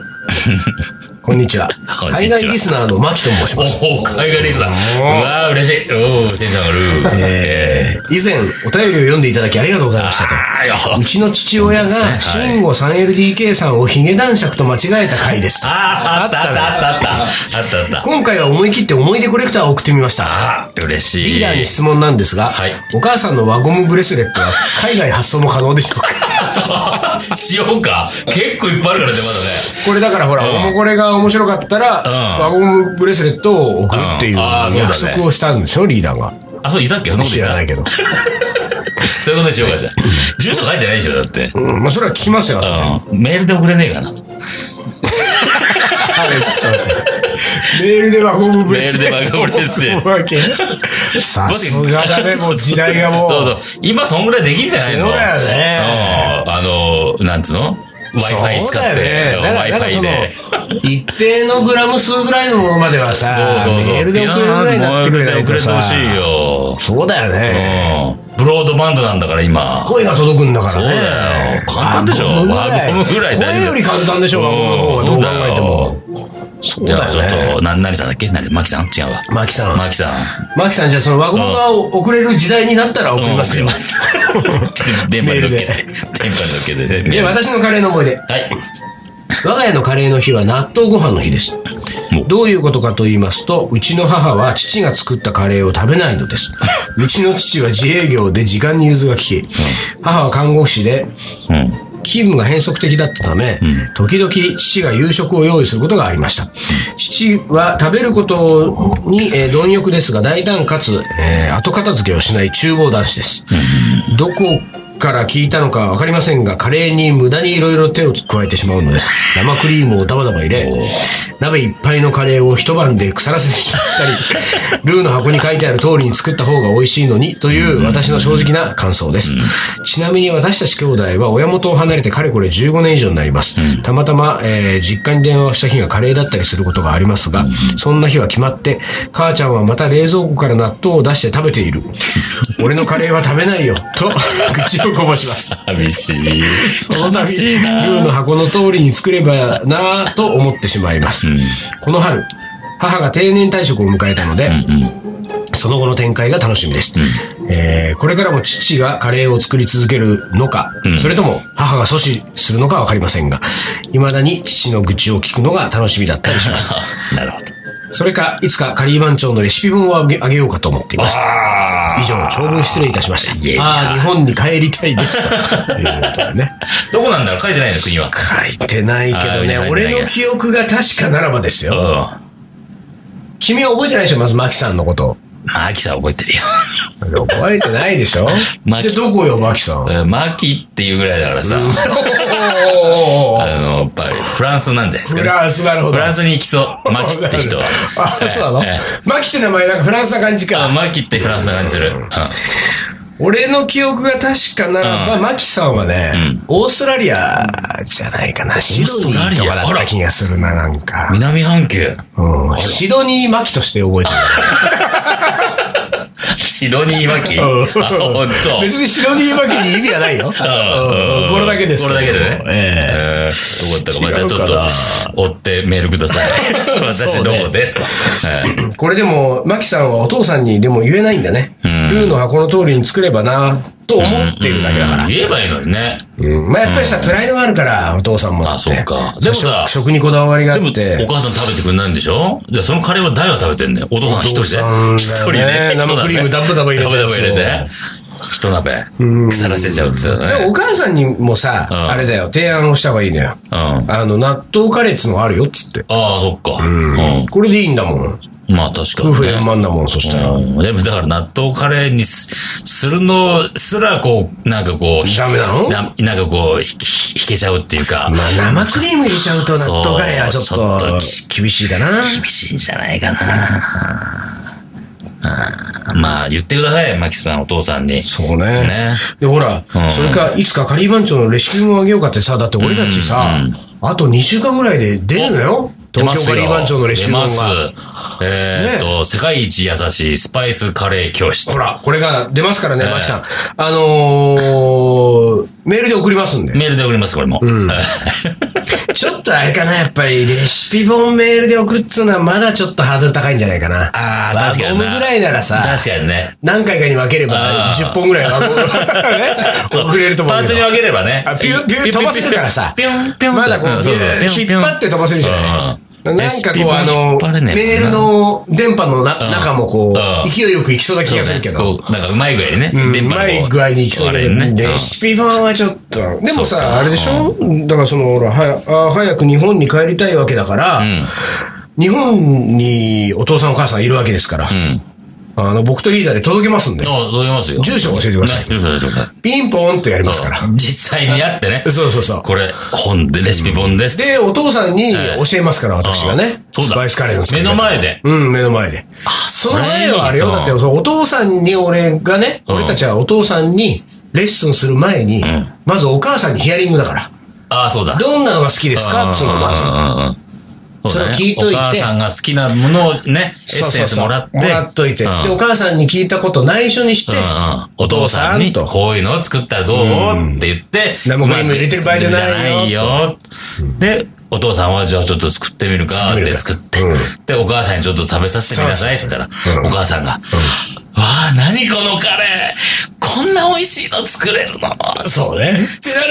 Speaker 3: こんにちは。
Speaker 2: こんにちは
Speaker 3: 海外リスナーの牧と申します。
Speaker 2: おお海外リスナーうわー嬉しいおおテンション上がるえ
Speaker 3: 以前、お便りを読んでいただきありがとうございましたと。
Speaker 2: あーよ
Speaker 3: うちの父親
Speaker 2: そう
Speaker 3: が、
Speaker 2: ですねはい
Speaker 3: 慎吾 3LDK さんをヒゲ男爵と間違えた回ですと。
Speaker 2: ああったあったあったあったあったあった
Speaker 3: 今回は思い切って思い出コレクターを送ってみました。
Speaker 2: あ嬉しい
Speaker 3: リーダーに質問なんですが、
Speaker 2: はい
Speaker 3: お母さんの輪ゴムブレスレットは海外発送も可能でしょうか
Speaker 2: *laughs* しようか結構いっぱいあるからねま
Speaker 3: これだからほら、おもこれが面白かったら、
Speaker 2: うん
Speaker 3: 輪ゴムブレスレットを送るっていう
Speaker 2: うんあーそうだね
Speaker 3: 約束をしたんでしょ、リーダーが。
Speaker 2: だねあそういたっけそんなこと
Speaker 3: 知
Speaker 2: い
Speaker 3: ら
Speaker 2: た
Speaker 3: ないけど。
Speaker 2: そういうことにしようかじゃあ住所書いてないでしょだって
Speaker 3: うん、まあそれは聞きますよ。後で
Speaker 2: うんメールで送れねえかな
Speaker 3: *laughs* メールではゴムブレ
Speaker 2: メー
Speaker 3: ス
Speaker 2: ルで番号です
Speaker 3: *laughs* さすがだね、もう時代がもう。
Speaker 2: *laughs* そうそう。今そんぐらいできんじゃないの
Speaker 3: そうだよね
Speaker 2: うんあの、なんつうの ?Wi-Fi 使っ
Speaker 3: そ
Speaker 2: て、
Speaker 3: うだよねだから
Speaker 2: Wi-Fi で。
Speaker 3: なんかその一定のグラム数ぐらいのものまではさ、
Speaker 2: そうそうそう。
Speaker 3: メールで送れるぐらいになってくれないと
Speaker 2: メ
Speaker 3: さ。
Speaker 2: ールで送れてほし
Speaker 3: そうだよ
Speaker 2: い
Speaker 3: ね。
Speaker 2: よ。うん。ブロードバンドなんだから今。
Speaker 3: 声が届くんだからね。
Speaker 2: そうだよ。簡単でしょ。
Speaker 3: ゴムぐらい
Speaker 2: ゴムぐらい
Speaker 3: 声より簡単でしょ、
Speaker 2: う
Speaker 3: ワ
Speaker 2: ん
Speaker 3: ゴムの方がどう考えても。そう
Speaker 2: じゃ
Speaker 3: だ
Speaker 2: あちょ
Speaker 3: よ
Speaker 2: っ
Speaker 3: ね。
Speaker 2: と、な、何さんだっけ何マキさん違うわ。
Speaker 3: マキさん。
Speaker 2: マキさん。
Speaker 3: マキさん、じゃあそのワゴムが送れる時代になったら送りますよ
Speaker 2: うん。送ります。電波に乗っ
Speaker 3: *laughs*
Speaker 2: け
Speaker 3: メ
Speaker 2: て。電波に乗っけてね。
Speaker 3: で、私のカレーの思い出。
Speaker 2: はい。
Speaker 3: 我が家のカレーの日は納豆ご飯の日です
Speaker 2: お。
Speaker 3: どういうことかと言いますと、うちの母は父が作ったカレーを食べないのです。うちの父は自営業で時間に融通が利き、母は看護師で
Speaker 2: うん。
Speaker 3: 勤務が変則的だったため、時々父が夕食を用意することがありました。父は食べることに、えー貪欲ですが大胆かつ、えー後片付けをしない厨房男子です。どこから聞いたのかわかりませんが、カレーに無駄にいろいろ手を加えてしまうのです。生クリームをダバダバ入れ、鍋いっぱいのカレーを一晩で腐らせてしまったり、ルーの箱に書いてある通りに作った方が美味しいのに、という私の正直な感想です。ちなみに私たち兄弟は親元を離れてかれこれ15年以上になります。たまたま、えー実家に電話をした日がカレーだったりすることがありますが、そんな日は決まって、母ちゃんはまた冷蔵庫から納豆を出して食べて
Speaker 2: *laughs*
Speaker 3: いる。俺のカレーは食べないよ、と愚痴をこぼします。
Speaker 2: 寂しい。
Speaker 3: その度、ル
Speaker 2: 悲しいな
Speaker 3: ーの箱の通りに作ればなぁと思ってしまいます。この春、母が定年退職を迎えたので、その後の展開が楽しみです、えーこれからも父がカレーを作り続けるのか、それとも母が阻止するのかわかりませんが、未だに父の愚痴を聞くのが楽しみだったりし
Speaker 2: *laughs*
Speaker 3: ます。
Speaker 2: なるほど。
Speaker 3: それか、いつかカリー番長のレシピ本をあげあげようかと思っています。以上、長文失礼いたしま
Speaker 2: いえい
Speaker 3: し
Speaker 2: え
Speaker 3: た。ああ、日本に帰りたいですと。
Speaker 2: *laughs*
Speaker 3: いうことでね。
Speaker 2: どこなんだろう書いてないの国は。
Speaker 3: 書いてないけ
Speaker 2: あ
Speaker 3: どね、
Speaker 2: ー書いてない
Speaker 3: 俺の記憶が確かならばですよ。
Speaker 2: う
Speaker 3: 君は覚えてないでしょ、まずマキさんのこと。
Speaker 2: ん。マキさん覚えてるよ。 *laughs*
Speaker 3: 覚えてないでしょ
Speaker 2: マキ
Speaker 3: じゃあどこよ、マキさん。おー
Speaker 2: えーマキっていうぐらいだからさ、
Speaker 3: おーおー
Speaker 2: あの、やっぱりフランスなんじゃないですか
Speaker 3: フ
Speaker 2: ね。
Speaker 3: ランス、なるほど。
Speaker 2: フランスに行きそう。マキって人は。
Speaker 3: あ、そうなの
Speaker 2: ええ
Speaker 3: マキって名前なんかフランスな感じ
Speaker 2: あ
Speaker 3: か。
Speaker 2: マキってフランスな感じする。うん
Speaker 3: 俺の記憶が確かならば、マキさんはね、オーストラリアじゃないかな。シドニーとかだった気がするな、なんか。
Speaker 2: 南半球。
Speaker 3: うんシドニー・マキとして覚えてる。
Speaker 2: 白にいわき。あ、ほんと。
Speaker 3: 別に白にいわけに意味はない
Speaker 2: *laughs*
Speaker 3: よ。うんうんこれだけです
Speaker 2: こ
Speaker 3: け
Speaker 2: れ
Speaker 3: ども。
Speaker 2: だけでね。
Speaker 4: ええ
Speaker 2: えーどこだったか、また
Speaker 4: 違う
Speaker 2: ち
Speaker 4: か
Speaker 2: ょ
Speaker 4: な
Speaker 2: っと、追ってメールください。私どこですと。はい
Speaker 3: これでも、マキさんはお父さんにでも言えないんだね。
Speaker 2: ん
Speaker 3: ルーの箱の通りに作ればな、と思ってるだけだから。
Speaker 2: 言えばいいのにね。
Speaker 3: うんまあやっぱりさ、プライドがあるから、お父さんもだって。
Speaker 2: あそうかでもさ
Speaker 3: 食食にこだわりがあ
Speaker 2: でも、
Speaker 3: っ
Speaker 2: お
Speaker 3: て。
Speaker 2: 母さん食べてくれないんでしょじゃあ、そのカレーは誰が食べてんだよ。お父さん一人で
Speaker 3: お。父
Speaker 2: 一
Speaker 3: さ
Speaker 2: 人
Speaker 3: んだよね
Speaker 2: で。一鍋
Speaker 3: 生クリームダブダブ入れて
Speaker 2: ダブダブ入れて。一鍋。腐らせちゃうって言ってた
Speaker 3: で
Speaker 2: ね。
Speaker 3: もお母さんにもさ、
Speaker 2: ん
Speaker 3: あれだよ、提案をした方がいいのよ。
Speaker 2: うん。あ
Speaker 3: あの、納豆カレーっつうのあるよっつって。
Speaker 2: あ、そっか。うん。
Speaker 3: これでいいんだもん。
Speaker 2: まあ、確かにね。
Speaker 3: 夫婦円満だもん、そしたら。
Speaker 2: うんでもだから納豆カレーにすするのすらこう、なんかこう、ひ
Speaker 3: ダメなの
Speaker 2: ななんかこう、ひひひけちゃうっていうか、
Speaker 3: まあ、生クリーム入れちゃうと納豆カレーはちょっ
Speaker 2: そうちょっ
Speaker 3: と
Speaker 2: と
Speaker 3: 厳しいかな。
Speaker 2: 厳しいんじゃないかな。うんまあ、言ってください、マキさん、お父さんに。
Speaker 3: そうね。
Speaker 2: ね
Speaker 3: で、ほら、
Speaker 2: うん
Speaker 3: それか、いつかカリー番長のレシピもあげようかってさ、だって俺たちさ、あと2週間ぐらいで出るのよ。
Speaker 2: 出ま
Speaker 3: 東
Speaker 2: す
Speaker 3: 京カ
Speaker 2: よ
Speaker 3: リー番長のレシピ
Speaker 2: 出
Speaker 3: 本
Speaker 2: ます
Speaker 3: が。。
Speaker 2: えーっと、世界一優しいスパイスカレー教室。
Speaker 3: ほら、これが出ますからね、マキさん。あのー、メールで送りますんで。
Speaker 2: メールで送ります、これも。 *laughs*
Speaker 3: ちょっとあれかな、やっぱり、レシピ本メールで送るっつうのはまだちょっとハードル高いんじゃないかな。
Speaker 2: ああ、
Speaker 3: ま
Speaker 2: 確かに
Speaker 3: ゴ
Speaker 2: な。
Speaker 3: ムぐらいならさ、
Speaker 2: 確かにね。
Speaker 3: 何回かに分ければ
Speaker 2: あ、ー
Speaker 3: 10本ぐらいは、
Speaker 2: *laughs*
Speaker 3: ね、
Speaker 2: そう
Speaker 3: 送れると思う
Speaker 2: パ
Speaker 3: け
Speaker 2: ー
Speaker 3: ど
Speaker 2: ツに分ければね
Speaker 3: あ。ピュンピュン飛ばせるからさ
Speaker 2: ピュンピュン
Speaker 3: まだこう、
Speaker 2: んそうそう
Speaker 3: 引っ張って飛ばせるじゃない。
Speaker 2: うん
Speaker 3: なんかこう、あ
Speaker 2: 引
Speaker 3: の
Speaker 2: っ張れ、ねえ
Speaker 3: メール
Speaker 2: もんな
Speaker 3: の電波のな
Speaker 2: うん
Speaker 3: 中もこう、
Speaker 2: うん
Speaker 3: 勢いよく行きそうな気がするけ
Speaker 2: そ
Speaker 3: ど。
Speaker 2: うねこうなんかうまい具合にね。
Speaker 3: うんう
Speaker 2: 電波の
Speaker 3: ま
Speaker 2: こ
Speaker 3: い具合に行きそうだ
Speaker 2: あ
Speaker 3: け
Speaker 2: れ
Speaker 3: ど、
Speaker 2: ね。
Speaker 3: レシピ本はちょっと。でも
Speaker 2: そう
Speaker 3: さ、
Speaker 2: か
Speaker 3: あれでしょだからその、ほら、はやあ早く日本に帰りたいわけだから、日本にお父さんお母さんいるわけですから
Speaker 2: う、ん。うん。
Speaker 3: あの、僕とリーダーで届けますんで
Speaker 2: あ、、届けますよ。
Speaker 3: 住所教えてください
Speaker 2: ね住所教えてください。
Speaker 3: ピンポンとやりますから。
Speaker 2: 実際にやってね。
Speaker 3: そうそうそう。
Speaker 2: これ、本で、レシピ本です。
Speaker 3: で、お父さんに教えますから、私がね。
Speaker 2: そうだ
Speaker 3: スパイスカレーの作
Speaker 2: 目
Speaker 3: り方
Speaker 2: の前で。
Speaker 3: うん、目の前で。その前はあれよ、
Speaker 2: うん
Speaker 3: だって、そのお父さんに俺がね、
Speaker 2: うん
Speaker 3: 俺たちはお父さんにレッスンする前に、
Speaker 2: ん
Speaker 3: まずお母さんにヒアリングだから、
Speaker 2: ああ、そうだ。
Speaker 3: どんなのが好きですかっつうのをまず。
Speaker 2: ず
Speaker 3: それを聞いといて
Speaker 2: お母さんが好きなものをね、エッ
Speaker 3: そう
Speaker 2: セ
Speaker 3: そう
Speaker 2: ンス
Speaker 3: そう
Speaker 2: もらって。
Speaker 3: もらっといて。
Speaker 2: うん
Speaker 3: で、お母さんに聞いたこと内緒にして
Speaker 2: うんう、んお父さんに、
Speaker 3: お父さんと
Speaker 2: こういうのを作ったらどう、って言って、
Speaker 3: 生クリーム入れてる場合じゃないよ
Speaker 2: よで、お父さんは、じゃあちょっと作ってみるか、って作って、で、お母さんにちょっと食べさせてみなさい、って言ったら、お母さんが、わあ、何このカレーこんな美味しいの作れるの
Speaker 3: そうね。ってなる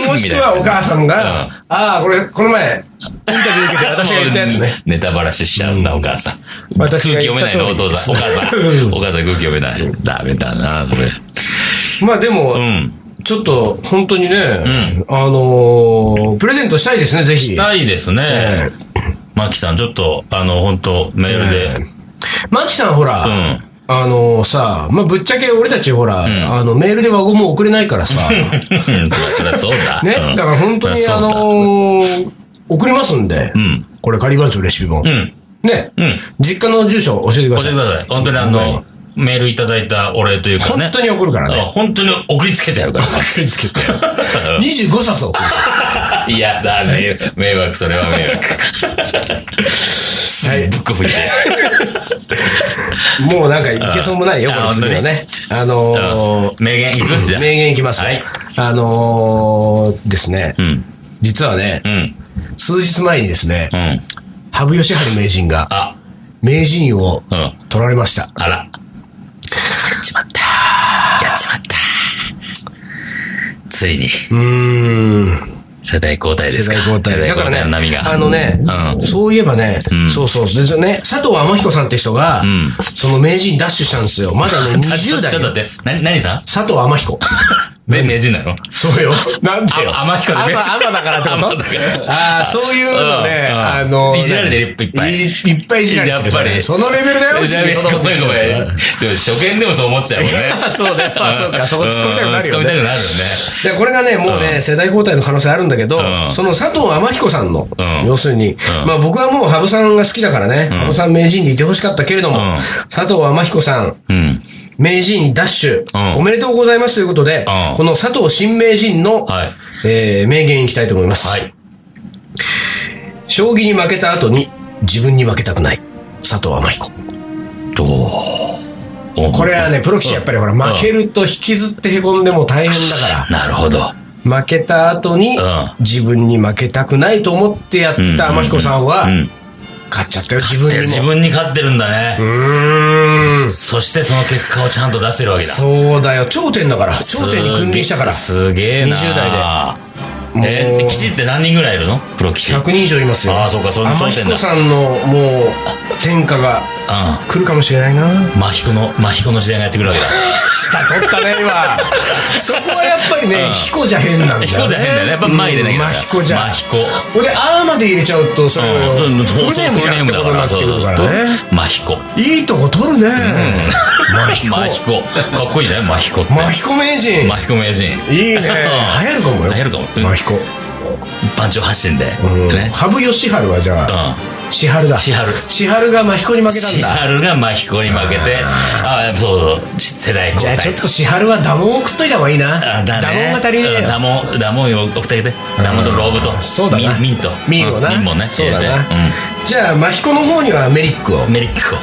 Speaker 3: か、もしくはお
Speaker 2: みたいな
Speaker 3: 母さんが、
Speaker 2: うん
Speaker 3: ああ、これ、この前、インタビュー受けて私が言ったやつね。
Speaker 2: ネタバラシしち *laughs* ゃうんだ、お母さん。空
Speaker 3: 私
Speaker 2: 気
Speaker 3: が
Speaker 2: 読
Speaker 3: 言っ
Speaker 2: め
Speaker 3: た
Speaker 2: ない
Speaker 3: 通り
Speaker 2: の、お父さん。お母さん。お母さん空気読めない。ダメだな、それ。
Speaker 3: まあでも、
Speaker 2: うん。
Speaker 3: ちょっと、本当にね、あのープレゼントしたいですね、ぜひ。
Speaker 2: したいですね。マキさん、ちょっと、あの、本当メールで。
Speaker 3: マキさんほら、
Speaker 2: ん *laughs*
Speaker 3: あのさ、まあ、ぶっちゃけ俺たちほら、あの、メールで輪ゴム送れないからさ、ね、
Speaker 2: うんそりゃそうだ。うん
Speaker 3: だから本当に
Speaker 2: そりゃ
Speaker 3: あ
Speaker 2: そう
Speaker 3: の
Speaker 2: だ
Speaker 3: ー送りますんで、
Speaker 2: ん
Speaker 3: これ仮番長レシピ本。
Speaker 2: うん。
Speaker 3: ね、実家の住所教えてくだ
Speaker 2: 教え
Speaker 3: さ
Speaker 2: て
Speaker 3: い。
Speaker 2: ください。本当にあの、メールいただいたお礼というかね。
Speaker 3: 本当に送るからね
Speaker 2: あ本当に送りつけてやるから。
Speaker 3: 送りつけて。25冊送る。
Speaker 2: *laughs* いやだね。迷惑、それは迷惑。
Speaker 3: はい
Speaker 2: ぶっこ吹いて。
Speaker 3: もうなんかいけそうもないよ、
Speaker 2: あ
Speaker 3: これ作るのね。あのー
Speaker 2: 名言いくじゃあ
Speaker 3: 名言いきます。
Speaker 2: はい
Speaker 3: あのーですね、
Speaker 2: ん
Speaker 3: 実はね、
Speaker 2: うん。
Speaker 3: 数日前にですね、
Speaker 2: うん。
Speaker 3: 羽生善治名人が
Speaker 2: あ、
Speaker 3: 名人を
Speaker 2: うん。
Speaker 3: 取られました。
Speaker 2: あら。やっちまった。やっちまった。ついに、
Speaker 3: うーん。
Speaker 2: 世代交代で
Speaker 3: 世
Speaker 2: すか。
Speaker 3: 代交代
Speaker 2: 世
Speaker 3: だ
Speaker 2: 代
Speaker 3: か
Speaker 2: 交代
Speaker 3: ら
Speaker 2: の波
Speaker 3: ね、
Speaker 2: が。
Speaker 3: あのね、
Speaker 2: うん。
Speaker 3: そういえばね、そうそうそうですよね、佐藤天彦さんって人が、その名人ダッシュしたんですよ。まだね、20代
Speaker 2: *laughs* ちょっと
Speaker 3: よ。
Speaker 2: 待って、な、何さん
Speaker 3: 佐藤天彦。
Speaker 2: で、名人なの
Speaker 3: そうよ。 *laughs* なんでよ。
Speaker 2: あ天彦で名人
Speaker 3: 天天だからってこ
Speaker 2: 天だか
Speaker 3: とああ、そういうのね、
Speaker 2: うんうん
Speaker 3: あの、
Speaker 2: いじられてるいっぱい
Speaker 3: いいっぱいいじられてる
Speaker 2: やっぱり
Speaker 3: そのレベルだよ。
Speaker 2: ごめんごめんごめん。でも初見でもそう思っちゃうもんね。
Speaker 3: *laughs* そうだよ。あそうか、そこ突っ込みたくなるよ
Speaker 2: うん突っ込み
Speaker 3: ね
Speaker 2: た。くなる
Speaker 3: で、これがね、もうね、世代交代の可能性あるんだけど、
Speaker 2: ん
Speaker 3: その佐藤天彦さんの、
Speaker 2: うん
Speaker 3: 要するに、まあ僕はもう羽生さんが好きだからね、羽生さん名人にいてほしかったけれども、
Speaker 2: ん
Speaker 3: 佐藤天彦さん、
Speaker 2: よね。
Speaker 3: 名人ダッシュ、
Speaker 2: うん
Speaker 3: おめでとうございますということで、
Speaker 2: うん
Speaker 3: この佐藤新名人の、
Speaker 2: はい
Speaker 3: えー名言いきたいと思います。
Speaker 2: はい
Speaker 3: 将棋に負けた後に自分に負けたくない。佐藤天彦。
Speaker 2: うん。どう
Speaker 3: これはね、プロ棋士やっぱりほら、負け
Speaker 2: る。
Speaker 3: ると引きずってへこんでも大変だか
Speaker 2: なるほど。
Speaker 3: ら、負けた後に
Speaker 2: うん
Speaker 3: 自分に負けたくないと思ってやってた天彦さんは
Speaker 2: う、ん。
Speaker 3: 勝っちゃったよ、自分
Speaker 2: で
Speaker 3: に
Speaker 2: 自
Speaker 3: も。
Speaker 2: 分に勝ってるんだ
Speaker 3: う
Speaker 2: ね。
Speaker 3: ーん。
Speaker 2: そしてその結果をちゃんと出してるわけだ。
Speaker 3: そうだよ、頂点だから、頂点に君臨したから、
Speaker 2: すげえな。
Speaker 3: 20代
Speaker 2: で。え
Speaker 3: もう
Speaker 2: ー、棋士って何人ぐらいいるのプロ棋士。うん。
Speaker 3: 100人以上いますよ。
Speaker 2: あーそうかそうい
Speaker 3: 天
Speaker 2: う頂点
Speaker 3: 彦
Speaker 2: だ
Speaker 3: さんのもう、天下が来るかもしれないな。
Speaker 2: 真彦の、真彦の時代がやってくるわけ
Speaker 3: *laughs*
Speaker 2: だ。
Speaker 3: 下取ったね、今。 *laughs* そこはやっぱりね、彦じゃ変なんだよね。
Speaker 2: 彦じゃ変だよね。やっぱ前入れなきゃいけないから。
Speaker 3: 彦じゃ。
Speaker 2: 真彦。
Speaker 3: これで「あ」まで入れちゃうとそれ
Speaker 2: うん
Speaker 3: フルネ
Speaker 2: そうそう
Speaker 3: ームじゃんってことになってくるからね
Speaker 2: マヒコ。
Speaker 3: いいとこ取るね
Speaker 2: マヒコ。かっこいいじゃないマヒコって。
Speaker 3: マヒコ名人
Speaker 2: マヒコ名人。
Speaker 3: いいね流行るかもよ
Speaker 2: 流行るかもうん
Speaker 3: マヒコ
Speaker 2: 番長発信で。
Speaker 3: うん
Speaker 2: ね。
Speaker 3: 羽生善治はじゃ
Speaker 2: う
Speaker 3: あ
Speaker 2: ん。
Speaker 3: 千春だ
Speaker 2: 千春
Speaker 3: 千春がマヒコに負けたん
Speaker 2: シ
Speaker 3: だ
Speaker 2: ハルがマヒコに負けて、あそうそう、世代
Speaker 3: じゃ
Speaker 2: 交
Speaker 3: あちょっ
Speaker 2: 代
Speaker 3: と千春はダモンを食っといた方がいいな
Speaker 2: あ
Speaker 3: ダ
Speaker 2: だね。
Speaker 3: モンが足りねえ
Speaker 2: うんダ
Speaker 3: よ
Speaker 2: モン、ダモンを送ってあげて。ダモンとローブと。
Speaker 3: そうだな
Speaker 2: ミンミンと。
Speaker 3: ミンをな
Speaker 2: うんミンもね。
Speaker 3: そうだな
Speaker 2: 入れて
Speaker 3: じゃあマヒコの方にはメリックを
Speaker 2: うんメリックを。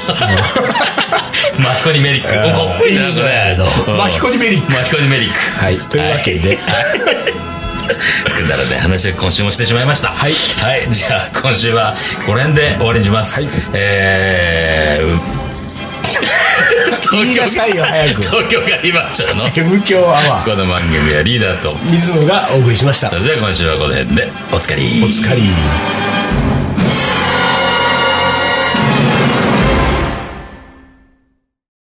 Speaker 2: マヒコにメリック。
Speaker 3: うん
Speaker 2: おかっこいいな、それ。うん
Speaker 3: マヒコにメリック
Speaker 2: マヒコにメリック。
Speaker 3: はいというわけで
Speaker 2: くだらない話を今週もしてしまいました。はいはい。じゃあ、今週はこの辺で終わりにします。えー、
Speaker 3: 言いなさいよ早く
Speaker 2: 東京ガリバー長の
Speaker 3: M 強アワー
Speaker 2: この番組はリーダーと、
Speaker 3: 水野がお送りしました
Speaker 2: それでは今週はこの辺で、おつかり。
Speaker 3: お疲れ